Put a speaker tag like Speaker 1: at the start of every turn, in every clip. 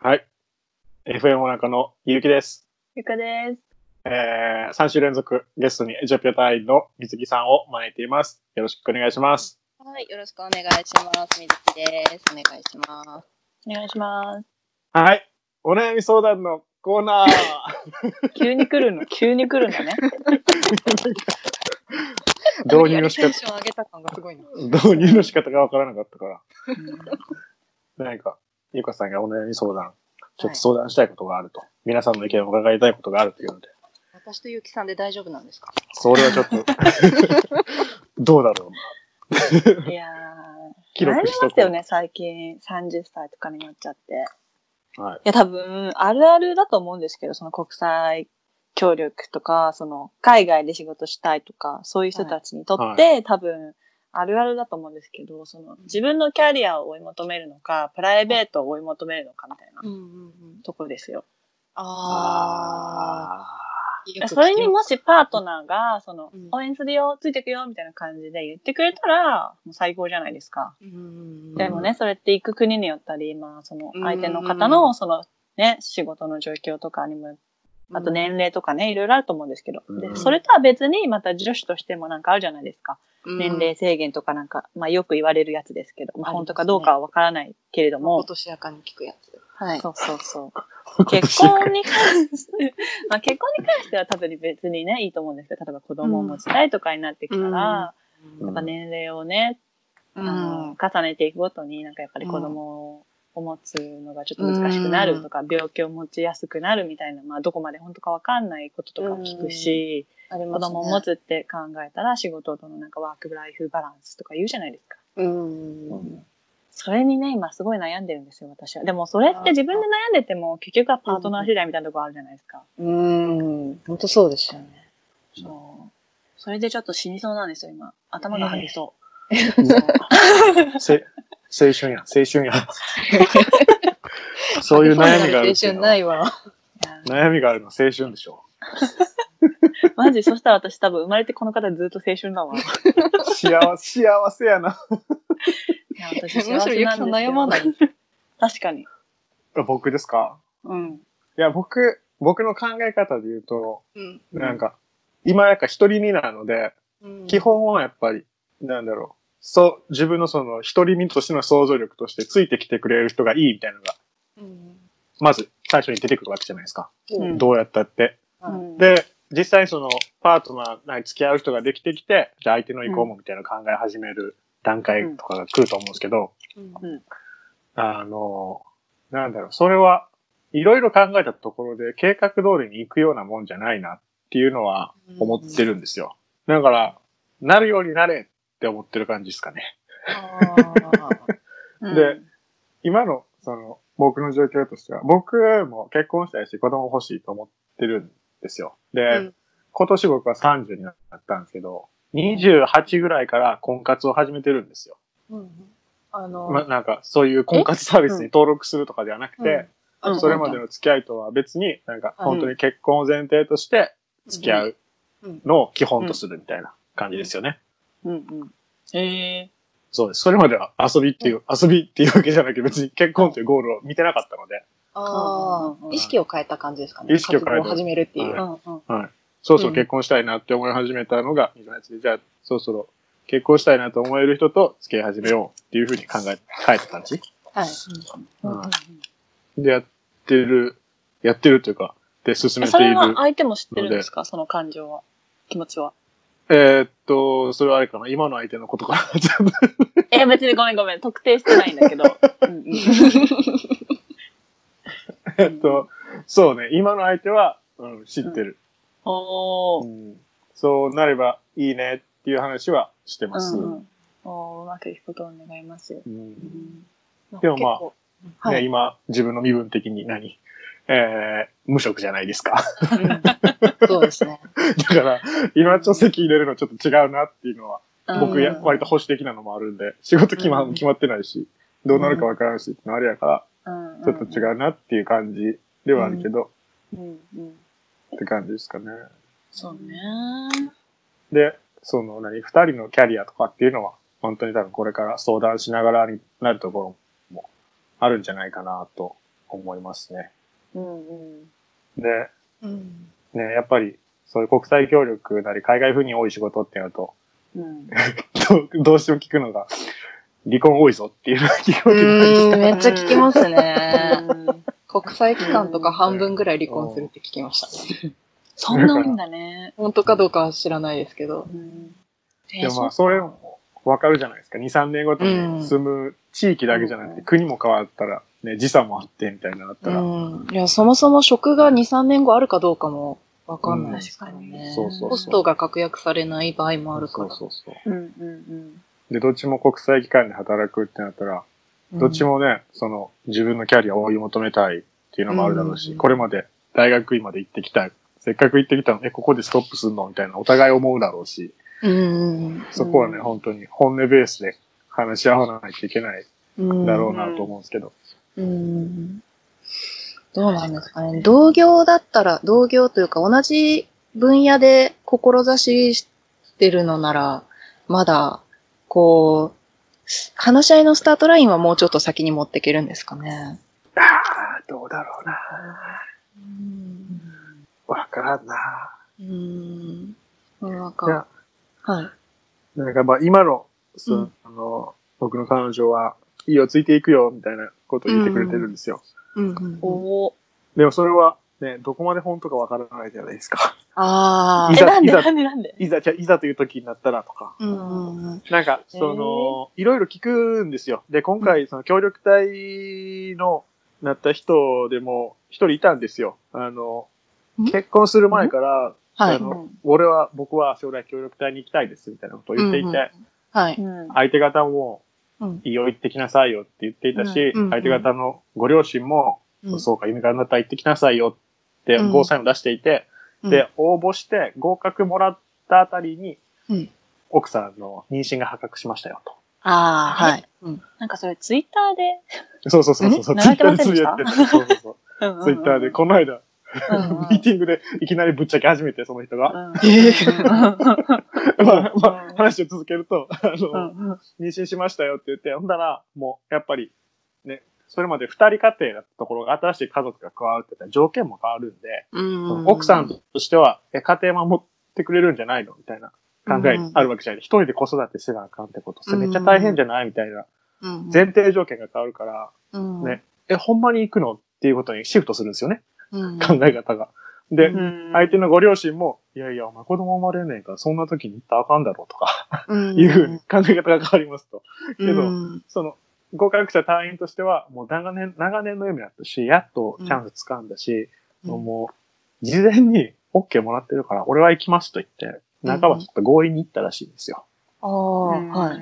Speaker 1: はい。FM モナカのゆうきです。
Speaker 2: ゆかです。
Speaker 1: えー、3週連続ゲストにエチオピア隊員の水木さんを招いています。よろしくお願いします。
Speaker 3: はい、よろしくお願いします。みずきです。お願いします。
Speaker 2: お願いしま
Speaker 1: はい。お悩み相談のコーナー。
Speaker 2: す。急に来るの、急に来るのね。
Speaker 1: 導入の仕
Speaker 3: テン
Speaker 1: 方、
Speaker 3: ション上げた感がすごいな。
Speaker 1: 導入の仕方がわからなかったから。何か、ゆうかさんがお悩み相談、ちょっと相談したいことがあると。皆さんの意見を伺いたいことがあるというので、
Speaker 3: 私とゆうきさんで大丈夫なんですか
Speaker 1: それはちょっ と、 どうだろうな。
Speaker 2: いや
Speaker 1: 記
Speaker 2: ー、悩み
Speaker 1: 録しと
Speaker 2: ま
Speaker 1: こ
Speaker 2: す
Speaker 1: う。
Speaker 2: よね、最近。30歳とかになっちゃって。い
Speaker 1: はい。
Speaker 2: や、多分、あるあるだと思うんですけど、その国際協力とか、その、海外で仕事したいとか、そういう人たちにとって、多分、あるあるだと思うんですけど、その、自分のキャリアを追い求めるのか、プライベートを追い求めるのかみたいな
Speaker 3: うんうんうん。
Speaker 2: ところですよ。
Speaker 3: あー。よく聞き
Speaker 2: それにもしパートナーが、その、
Speaker 3: うん
Speaker 2: 応援するよ、ついてくよ、みたいな感じで言ってくれたら、もう最高じゃないですか。
Speaker 3: うんうんうん
Speaker 2: でもね、それって行く国によったり、まあ、その、
Speaker 3: うん
Speaker 2: 相手の方の、その、ね、仕事の状況とかにも、あと年齢とかね、いろいろあると思うんですけど。
Speaker 1: う
Speaker 2: で、
Speaker 1: ん
Speaker 2: それとは別に、また女子としてもなんかあるじゃないですか。
Speaker 3: うん
Speaker 2: 年齢制限とかなんか、まあ、よく言われるやつですけど、まあ、
Speaker 3: ありますね
Speaker 2: 本当かどうかはわからないけれども
Speaker 3: もう。としやかに聞くやつ。はい。
Speaker 2: そうそうそう。
Speaker 1: 結
Speaker 2: 結婚に関して、まあ結婚に関しては多分別にね、いいと思うんですけど、例えば子供を持ちたいとかになってきたら、
Speaker 3: うん
Speaker 2: や
Speaker 1: うん
Speaker 2: っぱ年齢をね、
Speaker 3: う
Speaker 2: あの
Speaker 3: ん。
Speaker 2: 重ねていくごとに、なんかやっぱり子供を持つのがちょっと難しくなるとか、病気を持ちやすくなるみたいな、まあどこまで本当かわかんないこととかも聞くし、
Speaker 3: あり
Speaker 2: 子
Speaker 3: ますね
Speaker 2: 供を持つって考えたら仕事とのなんかワークライフバランスとか言うじゃないですか。
Speaker 3: うん。
Speaker 2: それにね、今すごい悩んでるんですよ、私は。でもそれって自分で悩んでても、結局はパートナー次第みたいなとこあるじゃないですか。
Speaker 3: うん。本当そうでしたね。
Speaker 2: そう。それでちょっと死にそうなんですよ、今。頭が張りそう。
Speaker 1: せ青春や、青春や。そういう悩みがある
Speaker 3: 青
Speaker 1: っていう
Speaker 3: 春
Speaker 1: の
Speaker 3: な
Speaker 1: はい
Speaker 3: わ。
Speaker 2: いや
Speaker 1: 悩みがあるのは青春でしょ。
Speaker 2: マジ、そしたら私多分生まれてこの方ずっと青春 だわ。い
Speaker 1: 幸せ、幸せやな。
Speaker 2: や、私幸せ。
Speaker 3: むしろゆきさん悩まないい。
Speaker 2: 確かに。
Speaker 1: 僕ですか
Speaker 2: うん。
Speaker 1: いや、僕、僕の考え方で言うと、
Speaker 3: うん
Speaker 1: なんか、今なんか一人身なので、
Speaker 3: うん
Speaker 1: 基本はやっぱり、なんだろう。そう、自分のその一人身としての想像力としてついてきてくれる人がいいみたいなのが、
Speaker 3: うん
Speaker 1: まず最初に出てくるわけじゃないですか。
Speaker 2: うん
Speaker 1: どうやったって。
Speaker 2: うん、
Speaker 1: で、実際そのパートナー、なんか付き合う人ができてきて、じゃあ相手の意向もみたいなの考え始める段階とかが来ると思うんですけど、
Speaker 3: うん
Speaker 1: あの、なんだろう、それはいろいろ考えたところで計画通りに行くようなもんじゃないなっていうのは思ってるんですよ。だから、なるようになれって思ってる感じですかね。
Speaker 3: あー
Speaker 2: うん
Speaker 1: で、今の、その、僕の状況としては、僕も結婚したいし子供欲しいと思ってるんですよ。で、
Speaker 3: うん
Speaker 1: 今年僕は30になったんですけど、28ぐらいから婚活を始めてるんですよ。
Speaker 3: うんあの、
Speaker 1: ま、なんか、そういう婚活サービスに登録するとかではなくて、
Speaker 3: うん
Speaker 2: うん
Speaker 1: それまでの付き合いとは別に、なんか、
Speaker 3: うん
Speaker 1: 本当に結婚を前提として付き合うのを基本とするみたいな感じですよね。
Speaker 2: うんうん。ええ
Speaker 1: そうです。それまでは遊びっていう、遊びっていうわけじゃなくて、別に結婚というゴールを見てなかったので、
Speaker 3: あ
Speaker 2: うん
Speaker 3: あ、意識を変えた感じですかね。
Speaker 1: 意識を変えた
Speaker 3: 活動を始めるっていう。
Speaker 1: は
Speaker 2: うんうん。
Speaker 1: そろそろ
Speaker 3: うん
Speaker 1: 結婚したいなって思い始めたのが、28で、じゃあ、そろそろ結婚したいなと思える人と付き合い始めようっていうふうに考え、変えた感じ
Speaker 3: はい。
Speaker 2: うんうんうん
Speaker 1: で、やってる、やってるというか、で、進
Speaker 2: え
Speaker 1: め
Speaker 2: そ
Speaker 1: てい
Speaker 2: れ
Speaker 1: る。
Speaker 2: は相手も知ってるんですかその感情は。気持ちは。
Speaker 1: えーっと、それはあれかな今の相手のことかな ちょっと
Speaker 2: え、別にごめんごめん。特定してないんだけど。うんうん
Speaker 1: えーっと、そうね、今の相手は、うん、知ってる、
Speaker 2: お
Speaker 1: う
Speaker 2: ー。
Speaker 1: んそうなればいいねっていう話はしてます。
Speaker 2: うんうんおーうまくいくことを願いますよ。
Speaker 1: うん
Speaker 2: うん
Speaker 1: でもまあ
Speaker 2: 結構
Speaker 1: ね、今、自分の身分的に何えー、無職じゃないですか。
Speaker 3: うんそうですね。
Speaker 1: だから、今ちょっと席入れるのちょっと違うなっていうのは、
Speaker 3: う
Speaker 1: 僕
Speaker 3: ん
Speaker 1: や、割と保守的なのもあるんで、仕事決ま,、
Speaker 2: うん
Speaker 1: 決まってないし、どうなるかわからんしってのあれやから、
Speaker 2: うん
Speaker 1: ちょっと違うなっていう感じではあるけど、
Speaker 2: うんうん、
Speaker 1: って感じですかね。
Speaker 2: そうね。
Speaker 1: で、その何、二人のキャリアとかっていうのは、本当に多分これから相談しながらになるところもあるんじゃないかなと思いますね。
Speaker 2: うんうん。
Speaker 1: で、
Speaker 3: うん。
Speaker 1: ね、やっぱり、そういう国際協力なり海外赴任多い仕事ってなると、
Speaker 2: うん、
Speaker 1: ど どうしても聞くのが、離婚多いぞっていうのが聞くわけじゃないです
Speaker 3: う
Speaker 1: か
Speaker 3: ん、めっちゃ聞きますね。
Speaker 2: うん
Speaker 3: 国際機関とか半分ぐらい離婚するって聞きました。
Speaker 2: そんな多いんだね。
Speaker 3: 本当かどうかは知らないですけど。
Speaker 2: うん
Speaker 1: でもまあ、それもわかるじゃないですか。2、3年ごと
Speaker 3: うん
Speaker 1: に住む地域だけじゃなくて、国も変わったら、ね、時差もあってみたいになった
Speaker 3: う
Speaker 1: ら、
Speaker 3: ん。いや、そもそも職が2、3年後あるかどうかもわかんないですから
Speaker 2: う
Speaker 3: ね
Speaker 2: ん。
Speaker 1: そうそうそう
Speaker 3: コストが確約されない場合もあるか
Speaker 1: そう
Speaker 3: ら。
Speaker 1: そうそう。
Speaker 2: うんうん
Speaker 1: で、どっちも国際機関で働くってなったら、どっちもね、その、自分のキャリアを追い求めたいっていうのもあるだろうし、
Speaker 3: うん
Speaker 1: これまで大学院まで行ってきた、せっかく行ってきたの、え、ここでストップするのみたいな、お互い思うだろうし、
Speaker 3: うん。
Speaker 1: そこはね、
Speaker 2: うん
Speaker 1: 本当に本音ベースで話し合わないといけない
Speaker 3: うん。
Speaker 1: だろうなと思うんですけど、
Speaker 3: うん。どうなんですかね。同業だったら、同業というか同じ分野で志してるのなら、まだ、こう、話し合いのスタートラインはもうちょっと先に持っていけるんですかね。
Speaker 1: ああ、どうだろうな。
Speaker 3: うん。
Speaker 1: わからんな。
Speaker 3: うん。なん
Speaker 1: い
Speaker 3: か
Speaker 1: や、
Speaker 3: はい。
Speaker 1: なんかまあ今の、そ
Speaker 3: うん
Speaker 1: あの、僕の彼女は、いいよ、ついていくよ、みたいなことを言ってくれてるんですよ。
Speaker 3: うんうん
Speaker 2: うん。おー
Speaker 1: でもそれは、ね、どこまで本当かわからないじゃないですか。
Speaker 3: あ
Speaker 1: い
Speaker 2: え、
Speaker 1: ざ
Speaker 2: なんで
Speaker 1: いざ
Speaker 2: なんでなんで。
Speaker 1: いざ、じゃあいざという時になったらとか。
Speaker 3: あ。うんうんうん。
Speaker 1: なんか、その、いろいろ聞くんですよ。で、今回、その協力隊の、なった人でも、一人いたんですよ。あの
Speaker 3: ん、
Speaker 1: 結婚する前から、
Speaker 3: は
Speaker 1: あ
Speaker 3: い。
Speaker 1: の、俺は、僕は将来協力隊に行きたいです、みたいなことを言っていて、
Speaker 3: うんうんはいう
Speaker 2: ん
Speaker 1: 相手方も、
Speaker 3: うん
Speaker 1: いいよ、行ってきなさいよって言っていたし、
Speaker 3: うんうん
Speaker 1: 相手方のご両親も、
Speaker 3: うん
Speaker 1: そうか、夢からなったら行ってきなさいよって、
Speaker 3: うん
Speaker 1: ゴーサインを出していて、で、応募して合格もらったあたりに、
Speaker 3: うん
Speaker 1: 奥さんの妊娠が発覚しましたよ、と。
Speaker 3: ああ、はい。うん
Speaker 2: なんかそれツイッターで、
Speaker 1: そうそうそうそう。
Speaker 2: え流れてませ
Speaker 1: ツ
Speaker 2: んで
Speaker 1: イ
Speaker 2: し
Speaker 1: ッター
Speaker 2: た
Speaker 1: でつぶやいてた。そうそうそうツイッターで、この間、
Speaker 2: うんうん
Speaker 1: ミーティングでいきなりぶっちゃけ始めて、その人が。
Speaker 3: え
Speaker 1: まあ、ま
Speaker 2: う
Speaker 1: あ
Speaker 2: ん、
Speaker 1: 話を続けると、あの、
Speaker 2: うんうん
Speaker 1: 妊娠しましたよって言って、ほんだら、もう、やっぱり、ね、それまで二人家庭だったところが新しい家族が加わるって言ったら条件も変わるんで、
Speaker 3: うん
Speaker 1: 奥さんとしては、え、家庭守ってくれるんじゃないのみたいな考えあるわけじゃない。一人で子育てせなあかんってこと。それめっちゃ大変じゃないみたいな。
Speaker 3: うん
Speaker 1: 前提条件が変わるから、
Speaker 3: うん
Speaker 1: ね、え、ほんまに行くのっていうことにシフトするんですよね。
Speaker 3: うん
Speaker 1: 考え方が。で、
Speaker 2: うん
Speaker 1: 相手のご両親も、いやいや、お前子供生まれんねんから、そんな時に行ったらあかんだろうとか、
Speaker 3: うん
Speaker 1: いうふうに考え方が変わりますと。けど
Speaker 3: うん
Speaker 1: その、合格者隊員としては、もう長年、長年の夢だったし、やっとチャンス掴んだし、もう、事前に OK もらってるから、俺は行きますと言って、半ばちょっと強引に行ったらしいんですよ。
Speaker 3: ああ、はい。
Speaker 2: い。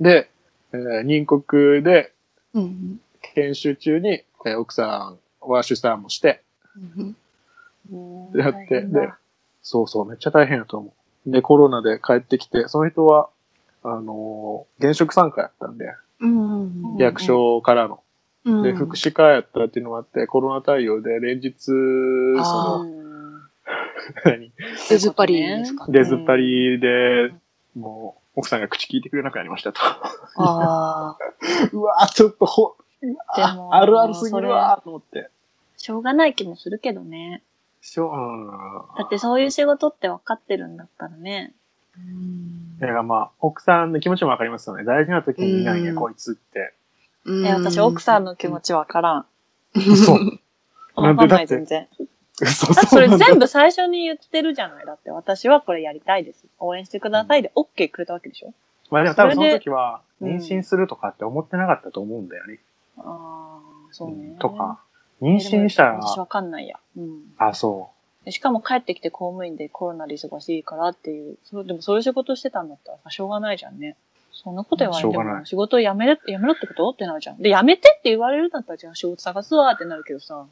Speaker 1: で、えー入国で
Speaker 3: うん
Speaker 1: 研修中に、えー奥さんは出産もして、
Speaker 3: うん
Speaker 1: やって、で、そうそう、めっちゃ大変やと思う。で、コロナで帰ってきて、その人は、あのー現職参加やったんで、
Speaker 3: うん
Speaker 2: や
Speaker 1: 役所からの。
Speaker 3: うん
Speaker 1: で、福祉課やったっていうのもあって、コロナ対応で連日、そ
Speaker 3: あ
Speaker 1: の、何
Speaker 3: 出ずっぱりですか
Speaker 1: 出ずっぱりで、もう、奥さんが口聞いてくれなくなりましたと。
Speaker 3: ああ。
Speaker 1: うわぁ、ちょっとほ、
Speaker 2: で
Speaker 1: あ
Speaker 2: も
Speaker 1: あるあるすぎるわぁ、と思って。
Speaker 2: しょうがない気もするけどね。
Speaker 1: しょ、うん。
Speaker 2: だってそういう仕事って分かってるんだったらね。
Speaker 1: だからまあ、奥さんの気持ちもわかりますよね。大事な時にいないね、
Speaker 3: うん
Speaker 1: こいつって。
Speaker 2: え、私奥さんの気持
Speaker 3: ち。
Speaker 2: ち分からん。
Speaker 1: そう。な
Speaker 2: 分
Speaker 1: ん
Speaker 2: か
Speaker 1: でだっ
Speaker 2: んな
Speaker 1: て
Speaker 2: い全然。
Speaker 1: そう
Speaker 2: だっ て
Speaker 1: そ
Speaker 2: そうれ
Speaker 1: なんだ。
Speaker 2: 全部最初に言ってるじゃない。だって私はこれやりたいです。応援してくださいで OK くれたわけでしょ
Speaker 1: まあでも多分その時は、
Speaker 2: それで
Speaker 1: 妊娠するとかって思ってなかったと思うんだよね。
Speaker 2: ああ、そうね。
Speaker 1: とか。妊娠した
Speaker 2: で
Speaker 1: ら
Speaker 2: も、私分かんないや。うん。
Speaker 1: あ、そ
Speaker 2: しかも帰ってきて公務員でコロナで忙しいからっていう、そうでもそういう仕事してたんだったらさしょうがないじゃんね。そんなこと言われて
Speaker 1: しょうがな
Speaker 2: も
Speaker 1: い
Speaker 2: 仕事を辞める、辞めろってことってなるじゃん。で、辞めてって言われるんだったらじゃあ仕事探すわってなるけどさ、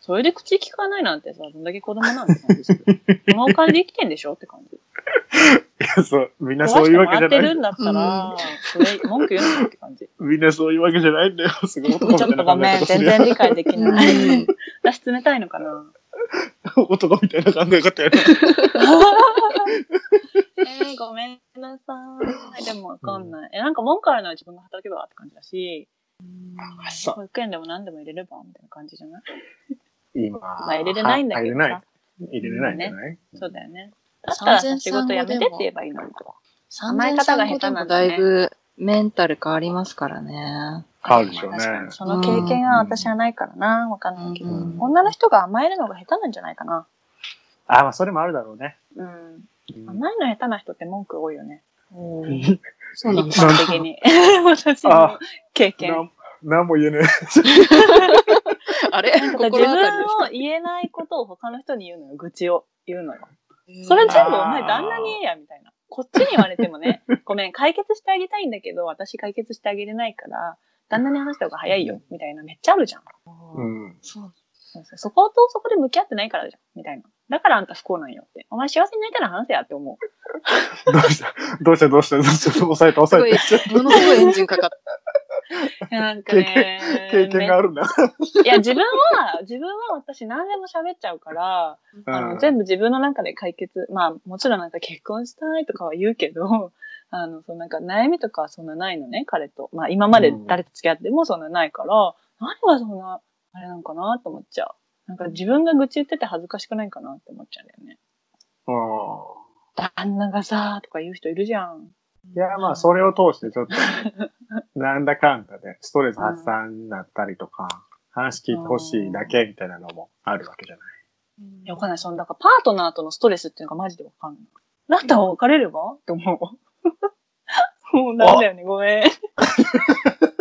Speaker 2: それで口聞かないなんてさ、どんだけ子供なんて感じですよ。 このお金で生きてんでしょって感じ。
Speaker 1: う。いや、そう、みんな
Speaker 2: 壊
Speaker 1: そう
Speaker 2: し
Speaker 1: い
Speaker 2: て
Speaker 1: う
Speaker 2: も
Speaker 1: わけじ
Speaker 2: ら
Speaker 1: ゃ
Speaker 2: って
Speaker 1: ない
Speaker 2: る。んだったら、それ文句言うなよって感じ。
Speaker 1: みんな そういうわけじゃないんだよ。すごい
Speaker 2: ち
Speaker 1: 男
Speaker 2: ょ
Speaker 1: み
Speaker 2: った
Speaker 1: いな
Speaker 2: と
Speaker 1: 考
Speaker 2: ご
Speaker 1: え
Speaker 2: めん、
Speaker 1: 方す
Speaker 2: 全
Speaker 1: るや
Speaker 2: 然
Speaker 1: ん。
Speaker 2: 理解で きない。私冷たいのかな
Speaker 1: 男みたいな考え方やな。
Speaker 2: えー、ごめんなさい。でもわかんない。え、なんか文句あるなら自分が働けばって感じだし、
Speaker 1: あそう
Speaker 2: 保育園でも何でも入れればみたいな感じじゃない
Speaker 1: 今。
Speaker 2: まあ入れれないんだけど
Speaker 1: は
Speaker 2: さ。
Speaker 1: 入れれない。入れれないんじゃない、
Speaker 2: そうだよね。だったらさ
Speaker 3: 産前
Speaker 2: 仕
Speaker 3: 産後
Speaker 2: 事
Speaker 3: で
Speaker 2: 辞
Speaker 3: も
Speaker 2: めてって言えばいいのに。甘
Speaker 3: 甘
Speaker 2: え
Speaker 3: え
Speaker 2: 方が
Speaker 3: 方
Speaker 2: 下
Speaker 3: が下
Speaker 2: 手
Speaker 3: 手
Speaker 2: なん
Speaker 3: な
Speaker 2: だね
Speaker 3: だいぶメンタル変わりますからね。
Speaker 1: 変わるでしょうね
Speaker 2: 確。かにその経験は私はないからな、わかんないけど、
Speaker 1: うん
Speaker 2: 女の人が甘えるのが下手なんじゃないかな。
Speaker 1: あ、まあ、それもあるだろうね。
Speaker 2: うん。
Speaker 1: うん
Speaker 2: 甘えの下手な人って文句多いよね。
Speaker 3: そうなん
Speaker 2: 一
Speaker 3: だ。
Speaker 2: 般的に。私の経験。
Speaker 1: なんなんも言えね
Speaker 3: あれ
Speaker 2: なんか自
Speaker 3: 心当たり
Speaker 2: 分
Speaker 3: で
Speaker 2: の言えないことを他の人に言うのよ、愚痴を言うのよ。
Speaker 3: す
Speaker 2: それ
Speaker 1: じゃ
Speaker 2: 全部お前旦那に言えや、みたいな。こっちに言われても ね、ごめん、解決してあげたいんだけど、私解決してあげれないから、旦那に話した方が早いよ、みたいな、めっちゃあるじゃん。
Speaker 1: え。うん。
Speaker 3: そう
Speaker 2: そうそうそことそこで向き合ってないからじゃん、みたいな。だからあんた不幸なんよって。お前幸せになりたいな話せやって思う。
Speaker 1: どうしたどうしたどうしたどうした抑えた
Speaker 3: す
Speaker 1: 抑え
Speaker 3: ごい、ものすごいエンジンかかった。
Speaker 2: なんかね。
Speaker 1: た。経験があるんだ。
Speaker 2: めいや、自分は、自分は私何でも喋っちゃうから、あ
Speaker 1: う
Speaker 2: の、
Speaker 1: ん
Speaker 2: 全部自分の中で解決。まあ、もちろんなんか結婚したいとかは言うけど、 あの、そのなんか悩みとかはそんなないのね、彼と。まあ、今まで誰と付き合ってもそんなないから、何がそんな、あれなんかなと思っちゃう。なんか自分が愚痴言ってて恥ずかしくないかなって思っちゃうんだよね。
Speaker 1: う
Speaker 2: 旦那がさ、とか言う人いるじゃん。
Speaker 1: ん。いや、まあ、それを通してちょっと、なんだかんだで、ストレス発散になったりとか、話聞いてほしいだけみたいなのもあるわけじゃない。
Speaker 2: いやわかんない。その、だからパートナーとのストレスっていうのがマジでわかんない。だったら別れればって思う。 もうなんだよね、ごめん。別れ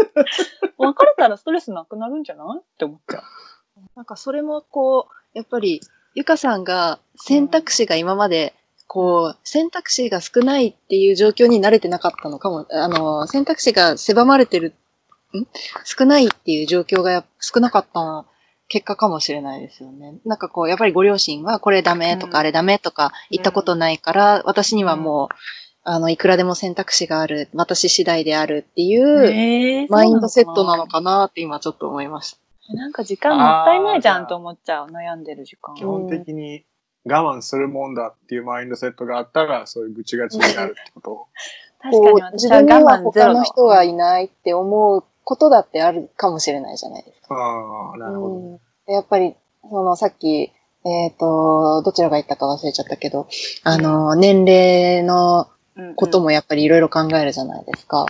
Speaker 2: たらストレスなくなるんじゃないって思っちゃう。
Speaker 3: なんかそれもこう、やっぱり、ゆかさんが選択肢が今まで、こう、選択肢が少ないっていう状況に慣れてなかったのかも、あの、選択肢が狭まれてる、ん少ないっていう状況がやっ少なかった結果かもしれないですよね。なんかこう、やっぱりご両親はこれダメと
Speaker 2: うん
Speaker 3: かあれダメとか言ったことないから、私にはもう、あの、いくらでも選択肢がある、私次第であるっていう、
Speaker 2: え
Speaker 3: マインドセットなのかなって今ちょっと思いました。
Speaker 2: なんか時間もったいないじゃんと思っちゃう。悩んでる時間。
Speaker 1: 基本的に我慢するもんだっていうマインドセットがあったら、そういうぐちがちになるってこと。
Speaker 2: 確か
Speaker 3: こ
Speaker 2: に
Speaker 3: う自
Speaker 2: 私は
Speaker 3: 分には
Speaker 2: 我慢ゼ
Speaker 3: 他
Speaker 2: ロだ
Speaker 3: の
Speaker 2: わ
Speaker 3: 人はいないって思うことだってあるかもしれないじゃないですか。
Speaker 1: ああ、なるほど。
Speaker 3: うん、やっぱり、そのさっき、えっ、と、どちらが言ったか忘れちゃったけど、あの、年齢の
Speaker 2: うんうん
Speaker 3: こともやっぱりいろいろ考えるじゃないですか。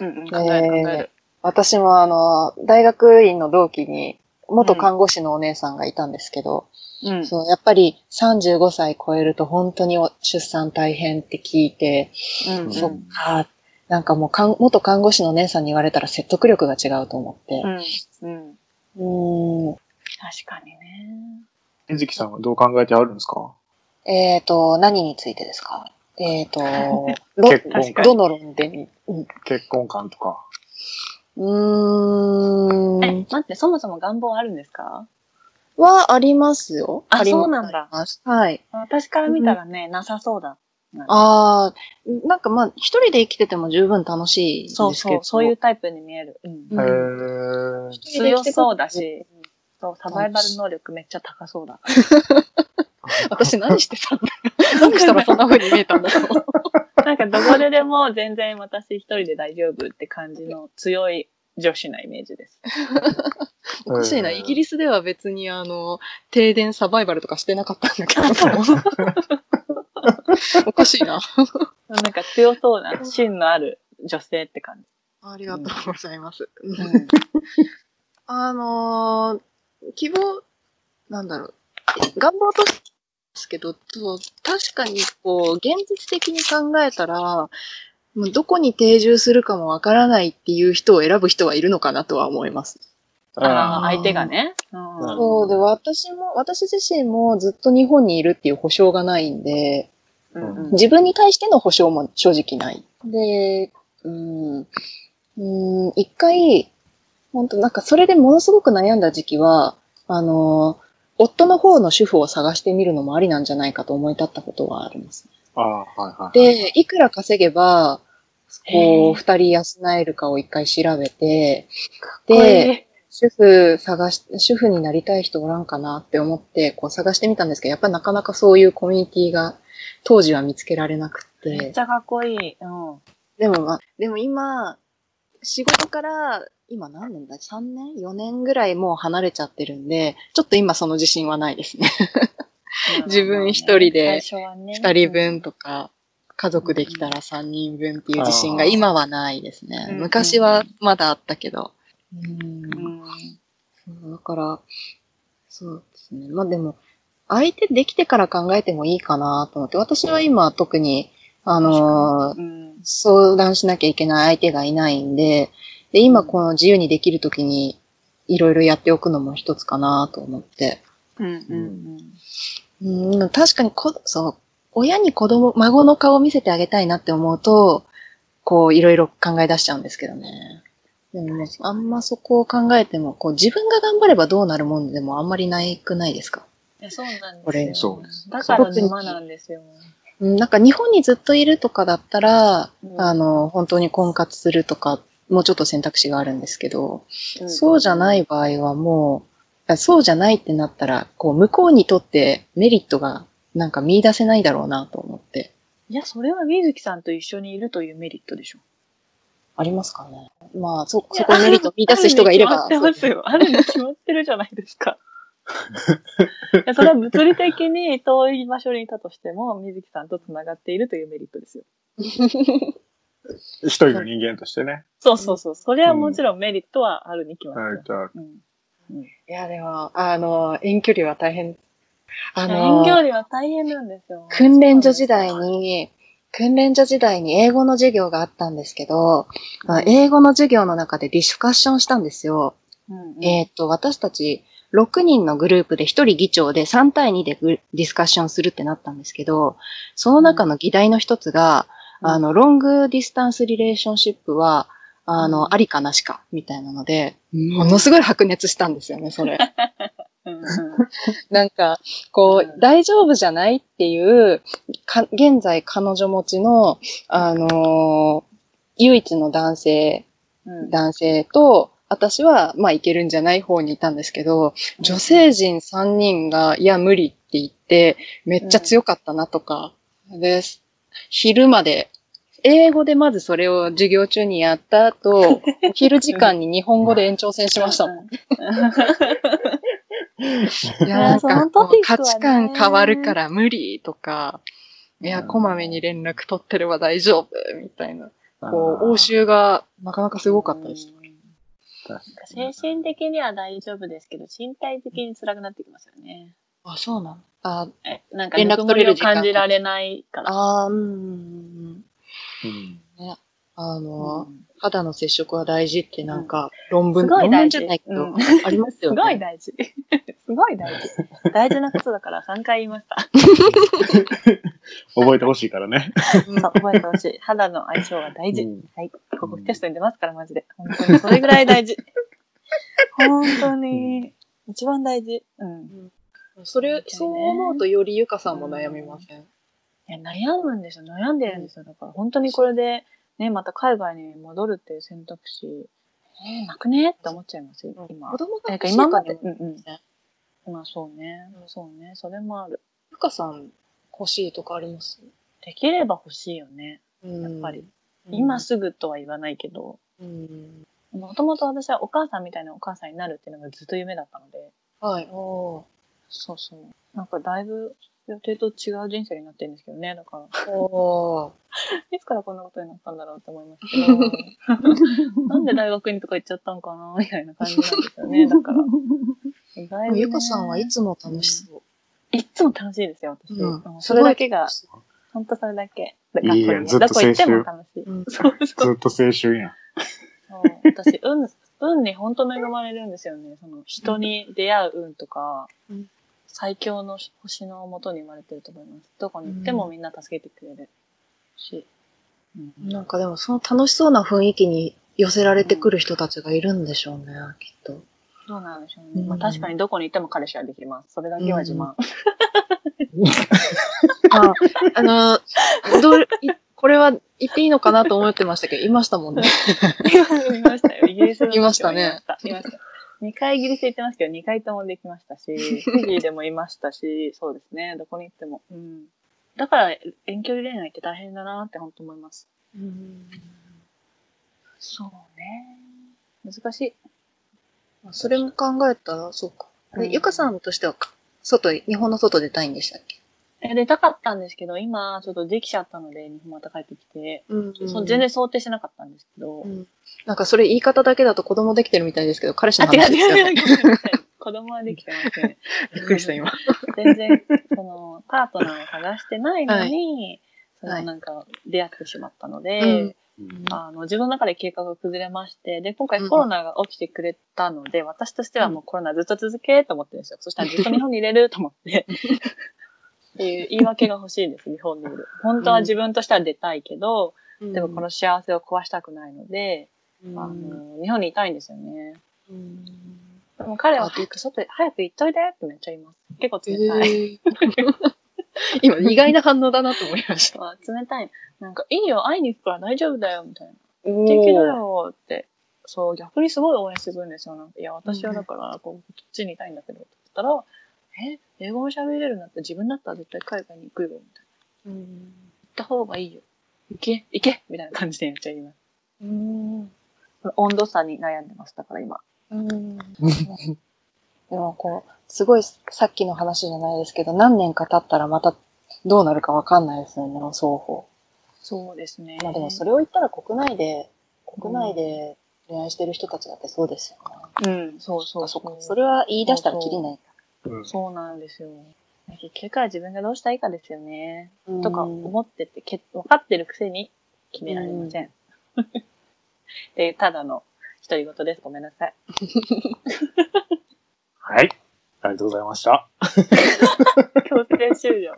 Speaker 2: うんうん考える考える。
Speaker 3: 私もあの、大学院の同期に、元看護師のお姉さんがいたんですけど、
Speaker 2: うん
Speaker 3: そう、やっぱり35歳超えると本当にお出産大変って聞いて、
Speaker 2: うんうん
Speaker 3: そっか。なんかもうかん、元看護師の姉さんに言われたら説得力が違うと思って。
Speaker 2: うんうん
Speaker 3: うーん。
Speaker 2: 確かにね。
Speaker 1: えずきさんはどう考えてあるんですか
Speaker 3: えっ、と、何についてですかえっ、 と、ろ
Speaker 1: 結婚観
Speaker 3: どの論点に、うん
Speaker 1: 結婚観とか。
Speaker 2: え
Speaker 3: うーん。、
Speaker 2: 待って、そもそも願望あるんですか
Speaker 3: はありますよ。
Speaker 2: あ
Speaker 3: あります
Speaker 2: そうなんだ
Speaker 3: ありますはい。
Speaker 2: 私から見たらね、なさそうだ。
Speaker 3: ああ、なんかまあ、一人で生きてても十分楽しいんですけど。
Speaker 2: そうそう、そういうタイプに見える。うん
Speaker 3: うん
Speaker 1: へー
Speaker 3: 一人で
Speaker 2: 強
Speaker 3: 生きてて
Speaker 2: そう
Speaker 3: も
Speaker 2: だし、そう、サバイバル能力めっちゃ高そうだ。
Speaker 3: 私何してたんだ何したらそんな風に見えたんだろ う。
Speaker 2: なんかどこででも全然私一人で大丈夫って感じの強い女子なイメージです。
Speaker 3: おかしいな。
Speaker 1: うん
Speaker 3: イギリスでは別にあの、停電サバイバルとかしてなかったんだけど。 おかしいな。
Speaker 2: なんか強そうな、芯のある女性って感じ。
Speaker 3: ありがとうございます。
Speaker 2: う
Speaker 3: うん
Speaker 2: ん
Speaker 3: あのー希望、なんだろう。願望としてですけど、そう確かにこう、現実的に考えたら、もうどこに定住するかもわからないっていう人を選ぶ人はいるのかなとは思います。
Speaker 2: あ
Speaker 1: あ
Speaker 2: ー相手がね。うん
Speaker 1: うん
Speaker 3: そうで、私も、私自身もずっと日本にいるっていう保証がないんで、
Speaker 2: うんうん
Speaker 3: 自分に対しての保証も正直ない。で、うん、うん、一回、本当なんかそれでものすごく悩んだ時期は、あの、夫の方の主婦を探してみるのもありなんじゃないかと思い立ったことはあります。
Speaker 1: あー、はいはい。
Speaker 3: で、いくら稼げば、
Speaker 2: へ
Speaker 3: こ
Speaker 2: ー
Speaker 3: う、二人養えるかを一回調べて、
Speaker 2: かっこいい
Speaker 3: で、主婦探し、主婦になりたい人おらんかなって思って、こう探してみたんですけど、やっぱりなかなかそういうコミュニティが当時は見つけられなく
Speaker 2: めってち、ゃかっこいい。うん。
Speaker 3: でもまあ、でも今、仕事から、今何年だ ?3 年 ?4 年ぐらいもう離れちゃってるんで、ちょっと今その自信はないですね。自分一人で
Speaker 2: 二
Speaker 3: 2人分とか、家族できたら3人分っていう自信が
Speaker 1: あー
Speaker 3: 今はないですね。
Speaker 2: うん
Speaker 3: 昔はまだあったけど。うんそうだから、そうですね。まあでも、相手できてから考えてもいいかなと思って、私は今特に、あのー相談しなきゃいけない相手がいないんで、で、今この自由にできるときに、いろいろやっておくのも一つかなと思って。うん、確かにこ、そう、親に子供、孫の顔を見せてあげたいなって思うと、こう、いろいろ考え出しちゃうんですけどね。でもね、あんまそこを考えても、こう、自分が頑張ればどうなるもんでもあんまりないくないですか。
Speaker 2: そうなん
Speaker 3: こ
Speaker 2: です
Speaker 3: れ
Speaker 2: よ。
Speaker 1: そうです
Speaker 2: だから沼なんですよ。
Speaker 3: うん、なんか日本にずっといるとかだったら、
Speaker 2: うん。
Speaker 3: あの、本当に婚活するとか、もうちょっと選択肢があるんですけど、そうじゃないい場合はもう、あそうじゃないってなったら、こう、向こうにとってメリットがなんか見出せないだろうなと思って。
Speaker 2: いや、それは水木さんと一緒にいるというメリットでしょ。
Speaker 3: ありますかねまあ、そ、そこにメリット見出す人がいれば
Speaker 2: あ。るに決まってますよ。あるに決まってるじゃないで すか。いやそれは物理的に遠い場所にいたとしても、水木さんと繋がっているというメリットですよ。
Speaker 1: 一人の人間としてね。
Speaker 2: そうそうそう。それはもちろんメリットはあるに決まって
Speaker 1: は
Speaker 2: る
Speaker 1: い、。じゃあ
Speaker 2: うん
Speaker 3: いや、でも、あの、遠距離は大変。
Speaker 2: 遠
Speaker 3: あの、
Speaker 2: 距離は大変なんですよ。
Speaker 3: 訓練所時代に、訓練所時代に英語の授業があったんですけど、
Speaker 2: うん、
Speaker 3: あ英語の授業の中でディスカッションしたんですよ。
Speaker 2: うんうん
Speaker 3: えーっと、私たち6人のグループで1人議長で3対2でグディスカッションするってなったんですけど、その中の議題の一つが、
Speaker 2: うん
Speaker 3: あの、ロングディスタンスリレーションシップは、あ
Speaker 2: うん
Speaker 3: の、ありかなしか、みたいなので、ものすごい白熱したんですよね、それ。
Speaker 2: うんうん
Speaker 3: なんか、こ
Speaker 2: う
Speaker 3: う、
Speaker 2: ん
Speaker 3: 大丈夫じゃないっていう、か、現在彼女持ちの、あのー唯一の男性、
Speaker 2: うん
Speaker 3: 男性と、私は、まあ、いけるんじゃない方にいたんですけど、女性陣3人が、いや、無理って言って、めっちゃ強かったなとか、です。昼まで、英語でまずそれを授業中にやった後、お昼時間に日本語で延長戦しましたもん。いや、なん
Speaker 2: そ
Speaker 3: か
Speaker 2: のトピックは
Speaker 3: 価
Speaker 2: ね
Speaker 3: 値観変わるから無理とか、いや、
Speaker 1: うん
Speaker 3: こまめに連絡取ってれば大丈夫みたいな。こ
Speaker 1: あー
Speaker 3: う、応酬がなかなかすごかったです。
Speaker 2: うん
Speaker 1: 確か
Speaker 2: 精
Speaker 1: に
Speaker 2: 神的には大丈夫ですけど、身体的に辛くなってきますよね。
Speaker 3: あ、そうなんあ、
Speaker 2: えなんか、
Speaker 3: 連
Speaker 2: 連
Speaker 3: 絡
Speaker 2: 絡
Speaker 3: 取
Speaker 2: 取
Speaker 3: れ
Speaker 2: れ
Speaker 3: る
Speaker 2: る
Speaker 3: 時間
Speaker 2: 感じられないから。
Speaker 3: あーうん。
Speaker 1: うん
Speaker 3: あの、
Speaker 2: うん
Speaker 3: 肌の接触は大事ってなんか、論文、
Speaker 2: すごい
Speaker 3: 論文
Speaker 2: 大
Speaker 3: じ
Speaker 2: 事
Speaker 3: ゃないけど、
Speaker 2: うん
Speaker 3: あります
Speaker 2: す
Speaker 3: よね。
Speaker 2: ごい大事。 すごい大事。大事なことだから3回言いました。
Speaker 1: 覚えてほしいからね。
Speaker 3: うん
Speaker 2: そう覚えてほしい。肌の相性が大事。
Speaker 1: うん
Speaker 2: はい。ここテストに出ますから、マジで。本当に。それぐらい 大事。本当に。一番大事。うん。
Speaker 3: それ、そう思うとよりゆかさんも悩みません。
Speaker 2: いや、悩むんですよ。悩んでるんですよ。だから、本当にこれで、ね、また海外に戻るっていう選択肢、ね、なくねって思っちゃいますよ、今
Speaker 3: 子。供が
Speaker 2: なん
Speaker 3: 欲
Speaker 2: か
Speaker 3: しいか
Speaker 2: 今
Speaker 3: ら
Speaker 2: ま
Speaker 3: ね
Speaker 2: で、うんうん。まあそうね。そうね。それもある。
Speaker 3: ゆかさん欲しいとかあります
Speaker 2: できれば欲しいよね。
Speaker 3: や
Speaker 2: っぱり。
Speaker 3: うん
Speaker 2: 今すぐとは言わないけど、
Speaker 3: うん
Speaker 2: もともと私はお母さんみたいなお母さんになるっていうのがずっと夢だったので、
Speaker 3: はい。お
Speaker 2: そうそう。なんかだいぶ予定と違う人生になってるんですけどね。だから、
Speaker 3: ーお
Speaker 2: いつからこんなことになったんだろうって思いますけど、 なんで大学院とか行っちゃったんかなみたいな感じなんですよね。だから。意外
Speaker 3: ー。
Speaker 2: にね
Speaker 3: ゆかさんはいつも楽しそう。
Speaker 2: いっつも楽しいですよ、私。
Speaker 3: うん
Speaker 2: うんそれだけが、
Speaker 3: すごい
Speaker 2: ほんとそれだけ。
Speaker 1: いいやんずっと
Speaker 2: どこ行っても
Speaker 1: 青春
Speaker 2: 楽しい。
Speaker 3: うん
Speaker 2: そうそう
Speaker 1: ずっと青春やん。
Speaker 2: そう。私、運、運にほんと恵まれるんですよね。その人に出会う運とか、
Speaker 3: うん
Speaker 2: 最強の星のもとに生まれてると思います。どこに行ってもみんな助けてくれるし。うん
Speaker 3: なんかでもその楽しそうな雰囲気に寄せられてくる人たちがいるんでしょうね、きっと。
Speaker 2: どうなんでしょうね。
Speaker 3: うん
Speaker 2: まあ確かにどこに行っても彼氏はできます。それだけは自 慢。
Speaker 3: あ、あの、どう、いこれは言っていいのかなと思ってましたけど、いましたもんね。
Speaker 2: いましたよ。イギリスの 時も
Speaker 3: いましたね。
Speaker 2: いました。2回イギリス行ってますけど、2回ともできました し、フィギーでもいましたし、そうですね。どこに行っても。うん。だから、遠距離恋愛って大変だなって本当思います。そうね。難しい。
Speaker 3: それも考えたら、そうか。
Speaker 2: う
Speaker 3: え
Speaker 2: ん
Speaker 3: ゆかさんとしては、外、日本の外出たいんでしたっけ
Speaker 2: え、出たかったんですけど、今、ちょっとできちゃったので、日本また帰ってきて、
Speaker 3: うん
Speaker 2: その全然想定してなかったんですけど、
Speaker 3: うんなんかそれ言い方だけだと子供できてるみたいですけど、彼氏
Speaker 2: あ、
Speaker 3: の
Speaker 2: 違う
Speaker 3: 話です
Speaker 2: 違う
Speaker 3: よ
Speaker 2: 違う。ごめんなさい 子供はできてません。
Speaker 3: びっくりした、今。
Speaker 2: 全然、その、パートナーを探してないのに、そ
Speaker 3: は
Speaker 2: の
Speaker 3: い
Speaker 2: なんか、出会ってしまったので、
Speaker 3: うん
Speaker 1: うん
Speaker 2: あの、自分の中で計画が崩れまして、で、今
Speaker 3: う
Speaker 2: 回
Speaker 3: ん
Speaker 2: コロナが起きてくれたので、私としてはもうコロナずっと続けと思ってるんですよ。そしたらずっと日本に入れると思って。っていう言い訳が欲しいです、日本にいる。本当は自分としては出たいけど、でもこの幸せを壊したくないので、
Speaker 3: うん、
Speaker 2: あの、日本にいたいんですよね。
Speaker 3: うん
Speaker 2: でも彼は早く外へ、早く行っといでってめっちゃ言います。結構
Speaker 3: え
Speaker 2: 冷たい。
Speaker 3: ー 今、意外な反応だなと思いました。
Speaker 2: あ冷たい。なんか、いいよ、会いに行くから大丈夫だよ、みたいな。素敵だよって。そう、逆にすごい応援してくるんですよ。なんかいや、私はだから、こう、こっちにいたいんだけど、って言ったら、え、英語も喋れるんだって自分だったら絶対海外に行くよ、みたいな。
Speaker 3: うん
Speaker 2: 行った方がいいよ。行け、行けみたいな感じでめっちゃ言います。
Speaker 3: うん
Speaker 2: 温度差に悩んでます、だから今。
Speaker 3: うんでもこう、すごいさっきの話じゃないですけど、何年か経ったらまたどうなるかわかんないですよね、双方。
Speaker 2: そうですね。
Speaker 3: まあでもそれを言ったら国内で、国内で恋愛してる人たちだってそうですよね。
Speaker 2: うん、そうそう
Speaker 3: そっか
Speaker 2: う。
Speaker 3: それは言い出したらきりないか。
Speaker 1: うん
Speaker 2: そうなんですよ。結局は自分がどうしたいかですよね。
Speaker 3: うん
Speaker 2: とか思ってて、け分かってるくせに決められません。 で、ただの独り言です。ごめんなさい。
Speaker 1: はい。ありがとうございました。
Speaker 2: 強制終了。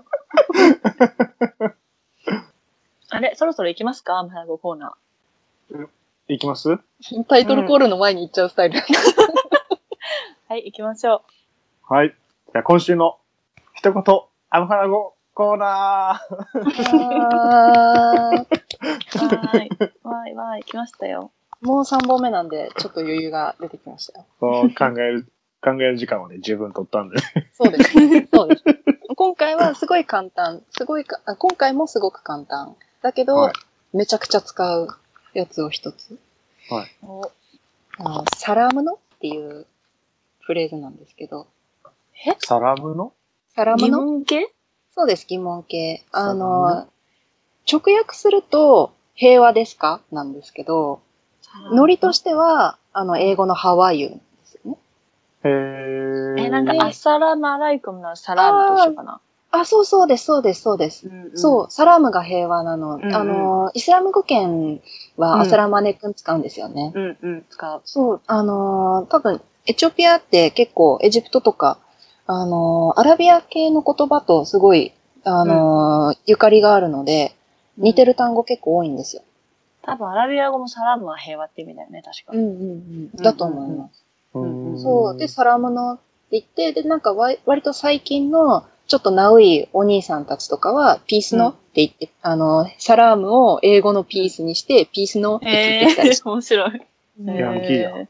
Speaker 2: あれ、そろそろ行きますかアムハラゴコーナ
Speaker 1: いきます
Speaker 3: タイトルコールの前に行っちゃうスタイル。
Speaker 2: ー。はい、行きましょ
Speaker 1: はい。じゃあ今週の一言、アムハラ語コーナー。
Speaker 2: う。わ
Speaker 3: あー
Speaker 2: ーい。わーい、わーい。来ましたよ。
Speaker 3: もう3本目なんで、ちょっと余裕が出てきましたよ。
Speaker 1: そう考える、 考える時間をね、十分取ったんで。
Speaker 3: そうですね。そうです。今回はすごい簡単。すごいか、あ今回もすごく簡単。だけど、
Speaker 1: はい
Speaker 3: めちゃくちゃ使うやつを一つ。
Speaker 1: はい。
Speaker 2: お
Speaker 3: あのサラムのっていうフレーズなんですけど。
Speaker 1: サラムの
Speaker 3: サラム
Speaker 2: 疑
Speaker 3: の
Speaker 2: 問系
Speaker 3: そうです、疑問形。あ
Speaker 1: サラム
Speaker 3: の、直訳すると、平和ですかなんですけど、ノリとしては、あの、英語のハワイユですよね。
Speaker 1: へー。
Speaker 2: え、なんか、アサラムアライコムのサラームと一緒かな。
Speaker 3: あ、そうそうです、そうです、そうです。そう、サラームが平和なの。
Speaker 2: んうん
Speaker 3: あの、イスラム語圏
Speaker 2: うん
Speaker 3: はアサラムアネ君使うんですよね。
Speaker 2: うん。うんうん。使う。
Speaker 3: そう、あのー、多分、エチオピアって結構エジプトとか、あのー、アラビア系の言葉とすごい、あのー、ゆかりがあるので、似てる単語結構多いんですよ。
Speaker 2: 多分、アラビア語もサラームは平和って意味だよね、確か。
Speaker 3: んうんうん。だと思います。
Speaker 1: うん
Speaker 3: そう。で、サラムノって言って、で、なんかわい割と最近の、ちょっとナウいお兄さんたちとかは、ピース
Speaker 2: うん
Speaker 3: ノって言って、あの、サラームを英語のピースにして、ピースノって聞い
Speaker 2: へ
Speaker 3: てきたりし
Speaker 2: ー、面白い。
Speaker 3: て、
Speaker 1: ヤンキーや
Speaker 2: へ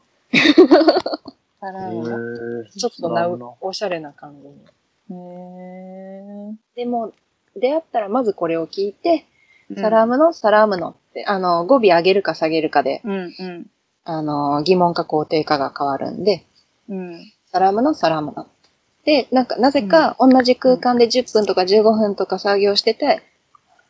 Speaker 3: サラ
Speaker 1: へ
Speaker 3: ームの
Speaker 1: ー
Speaker 3: ちょっと
Speaker 1: サ
Speaker 3: ナ
Speaker 1: ラム
Speaker 3: ウ
Speaker 1: の、
Speaker 3: おしゃれな感じに。
Speaker 2: ー。
Speaker 3: でも、出会ったらまずこれを聞いて、
Speaker 2: うん
Speaker 3: サラームノ、サラームノって、あの、語尾上げるか下げるかで、
Speaker 2: うんうん。
Speaker 3: あの、疑問か肯定かが変わるんで、
Speaker 2: うん。
Speaker 3: サラムのサラムの。で、なんか、なぜか同じ空間で10分とか15分とか作業してて、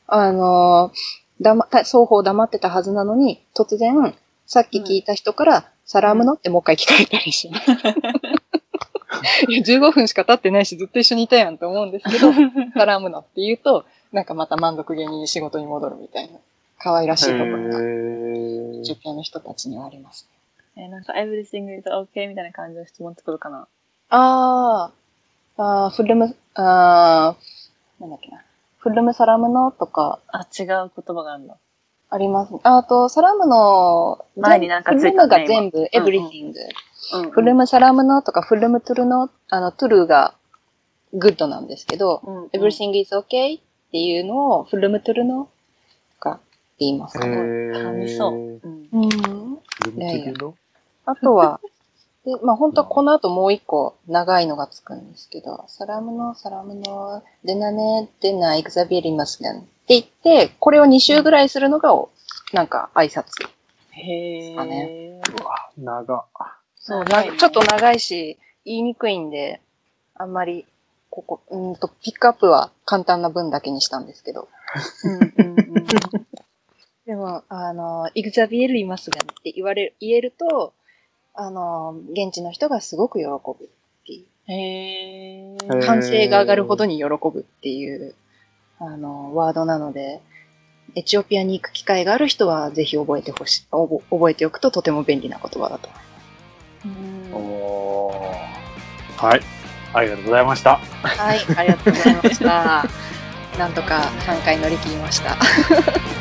Speaker 3: あのーだま、た双方黙ってたはずなのに、突然、さっき聞いた人から、サラムのってもう一回聞かれたりします。 いや15分しか経ってないし、ずっと一緒にいたやんと思うんですけど、サラムのって言うと、なんかまた満足げに仕事に戻るみたいな、可愛らしいところが、
Speaker 1: へ
Speaker 3: 受
Speaker 1: ー
Speaker 3: 験の人たちにはあります。
Speaker 2: え、なんか、everything is okay みたいな感じの質問ってくるかな。
Speaker 3: あーあー、フルム、あーなんだっけな。フルムサラムのとか
Speaker 2: あ、違う言葉があるんだ。
Speaker 3: あります。ああと、サラムの、
Speaker 2: 前になんかついたね
Speaker 3: フルムが全部、エ
Speaker 2: 今
Speaker 3: ブリ i n g
Speaker 2: うん。
Speaker 3: フルムサラムのとか、フルムトゥルの、あの、トゥルがグッドなんですけど、
Speaker 2: うん。
Speaker 3: エブリ i n g is okay っていうのを、フルムトゥルのとか言います
Speaker 1: へ
Speaker 3: ね。
Speaker 1: ー
Speaker 2: 噛みそう。うん。
Speaker 3: うん。
Speaker 1: フルムトゥルの
Speaker 3: あとは、で、まあ、本当はこの後もう一個長いのがつくんですけど、サラムの、サラムの、でなね、でな、エクザビエリマスねンって言って、これを2周ぐらいするのが、なんか挨拶。
Speaker 2: へえ。
Speaker 3: かね
Speaker 1: うわ、長。
Speaker 3: そう、
Speaker 2: 長いね
Speaker 3: なちょっと長いし、言いにくいんで、あんまり、ここ、うーんと、ピックアップは簡単な分だけにしたんですけど。
Speaker 2: うんうんうん。
Speaker 3: でも、あの、イグザビエルいますがって言われる、言えると、あの、現地の人がすごく喜ぶってい
Speaker 2: へえ。
Speaker 1: へ
Speaker 3: う、
Speaker 1: ー
Speaker 3: 歓声が上がるほどに喜ぶっていう、あの、ワードなので、エチオピアに行く機会がある人は、ぜひ覚えてほしい、おぼ覚えておくととても便利な言葉だと思います。
Speaker 2: うん
Speaker 1: おーはい。ありがとうございました。
Speaker 3: はい、ありがとうございました。なんとか3回乗り切りました。